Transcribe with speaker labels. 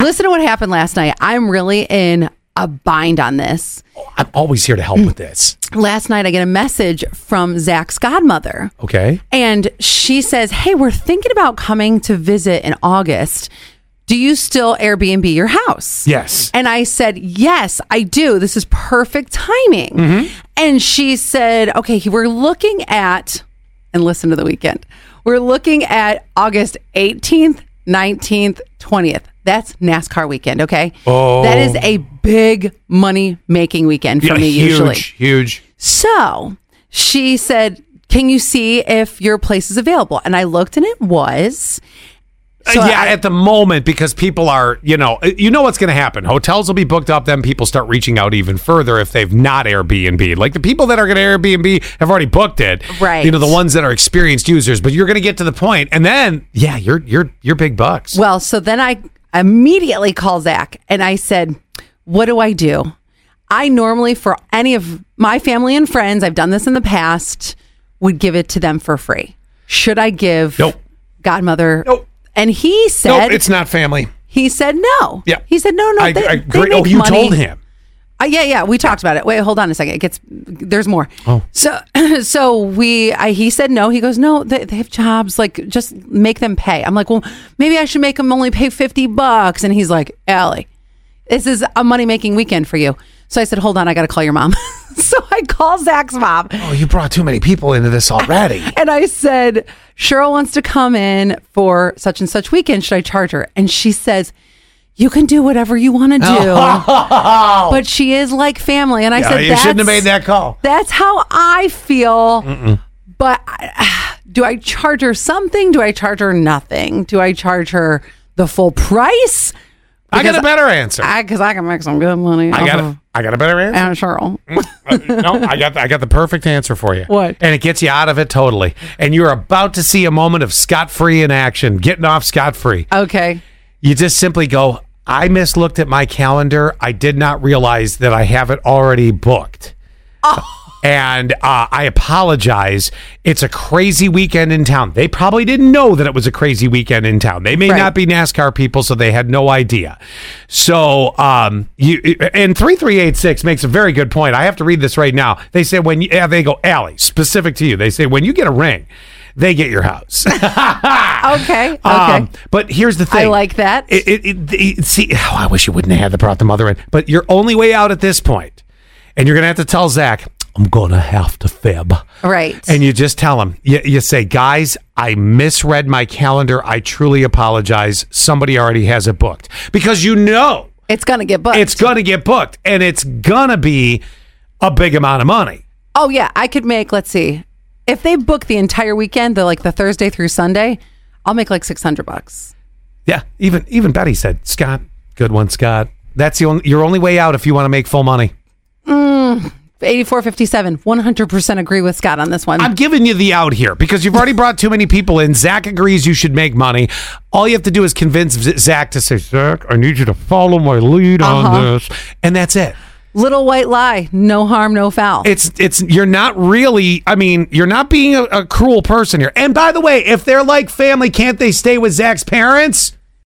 Speaker 1: Listen to what happened last night. I'm really in a bind on this.
Speaker 2: I'm always here to help with this.
Speaker 1: Last night, I get a message from Zach's godmother.
Speaker 2: Okay.
Speaker 1: And she says, Hey, we're thinking about coming to visit in August. Do you still Airbnb your house?
Speaker 2: Yes.
Speaker 1: And I said, Yes, I do. This is perfect timing.
Speaker 2: Mm-hmm.
Speaker 1: And she said, Okay, we're looking at, and listen to the weekend, we're looking at August 18th, 19th, 20th. That's NASCAR weekend, okay?
Speaker 2: Oh.
Speaker 1: That is a big money making weekend for
Speaker 2: Yeah,
Speaker 1: me,
Speaker 2: huge,
Speaker 1: usually.
Speaker 2: huge.
Speaker 1: So she said, Can you see if your place is available? And I looked and it was. So
Speaker 2: Uh, yeah,
Speaker 1: I-
Speaker 2: at the moment because people are, you know, uh, you know what's going to happen. Hotels will be booked up, then people start reaching out even further if they've not Airbnb. Like the people that are going to Airbnb have already booked it,
Speaker 1: Right.
Speaker 2: You know, the ones that are experienced users. But you're going to get to the point, and then yeah, you're you're you're big bucks.
Speaker 1: Well, so then I immediately call Zach and I said, What do I do? I normally, for any of my family and friends, I've done this in the past, would give it to them for free. Should I give
Speaker 2: Nope.
Speaker 1: Godmother?
Speaker 2: Nope.
Speaker 1: And he
Speaker 2: No,
Speaker 1: said,
Speaker 2: it's not family.
Speaker 1: he said no.
Speaker 2: Yeah,
Speaker 1: He said no, no.
Speaker 2: I,
Speaker 1: they,
Speaker 2: I
Speaker 1: they
Speaker 2: agree. Oh,
Speaker 1: make
Speaker 2: you
Speaker 1: money.
Speaker 2: told him.
Speaker 1: Uh, yeah, yeah, we talked about it. Wait, hold on a second. It gets there's more. Oh, so so we I, he said no. He goes no. They, they have jobs. Like just make them pay. I'm like, well, maybe I should make them only pay fifty bucks. And he's like, Allie, this is a money making weekend for you. So I said, hold on, I got to call your mom. so I call Zach's mom
Speaker 2: Oh, you brought too many people into this already.
Speaker 1: and I said, Cheryl wants to come in for such and such weekend. Should I charge her? And she says, You can do whatever you want to do. But she is like family. And I
Speaker 2: Yeah,
Speaker 1: said,
Speaker 2: you shouldn't have
Speaker 1: "That's-
Speaker 2: made that call."
Speaker 1: That's how I feel. But I, do I charge her something? Do I charge her nothing? Do I charge her the full price?
Speaker 2: I got
Speaker 1: Because
Speaker 2: a better answer. I,
Speaker 1: I Because I, can make some good money. off
Speaker 2: got
Speaker 1: of
Speaker 2: a, I got a better answer.
Speaker 1: Aunt Cheryl.
Speaker 2: Uh, no, I got I got the perfect answer for you.
Speaker 1: What?
Speaker 2: And it gets you out of it totally. And you're about to see a moment of scot free in action, getting off scot free.
Speaker 1: okay.
Speaker 2: You just simply go, I mislooked at my calendar. I did not realize that I have it already booked. And uh, I apologize. It's a crazy weekend in town. They probably didn't know that it was a crazy weekend in town. They may
Speaker 1: Right.
Speaker 2: not be NASCAR people, so they had no idea. So, um, you and three three eight six makes a very good point. I have to read this right now. They say when you, yeah, they go Allie specific to you. They say when you get a ring, they get your house.
Speaker 1: Okay. Okay.
Speaker 2: Um, but here's the
Speaker 1: I
Speaker 2: thing.
Speaker 1: like that.
Speaker 2: It, it, it, it- see, oh, I wish you wouldn't have had to brought the mother in. But your only way out at this point, and you're gonna have to tell Zach, I'm gonna have to fib.
Speaker 1: right.
Speaker 2: And you just tell him, you, you say, guys, I misread my calendar. I truly apologize. Somebody already has it booked because you know
Speaker 1: it's going to get booked.
Speaker 2: it's gonna get booked and it's gonna be a big amount of money.
Speaker 1: Oh yeah, I could make. Let's see, if they book the entire weekend, the like the Thursday through Sunday, I'll make like six hundred bucks.
Speaker 2: Yeah, even even Betty said, Scott, good one, Scott. That's the only, your only way out if you want to make full money.
Speaker 1: Eighty four fifty seven. One hundred percent agree with Scott on this one.
Speaker 2: I'm giving you the out here because you've already brought too many people in. Zach agrees you should make money. All you have to do is convince Z- Zach to say, Zach, I need you to follow my lead on this, and that's it.
Speaker 1: Little white lie, no harm, no foul.
Speaker 2: It's it's you're not really. I mean, you're not being a, a cruel person here. And by the way, if they're like family, can't they stay with Zach's parents?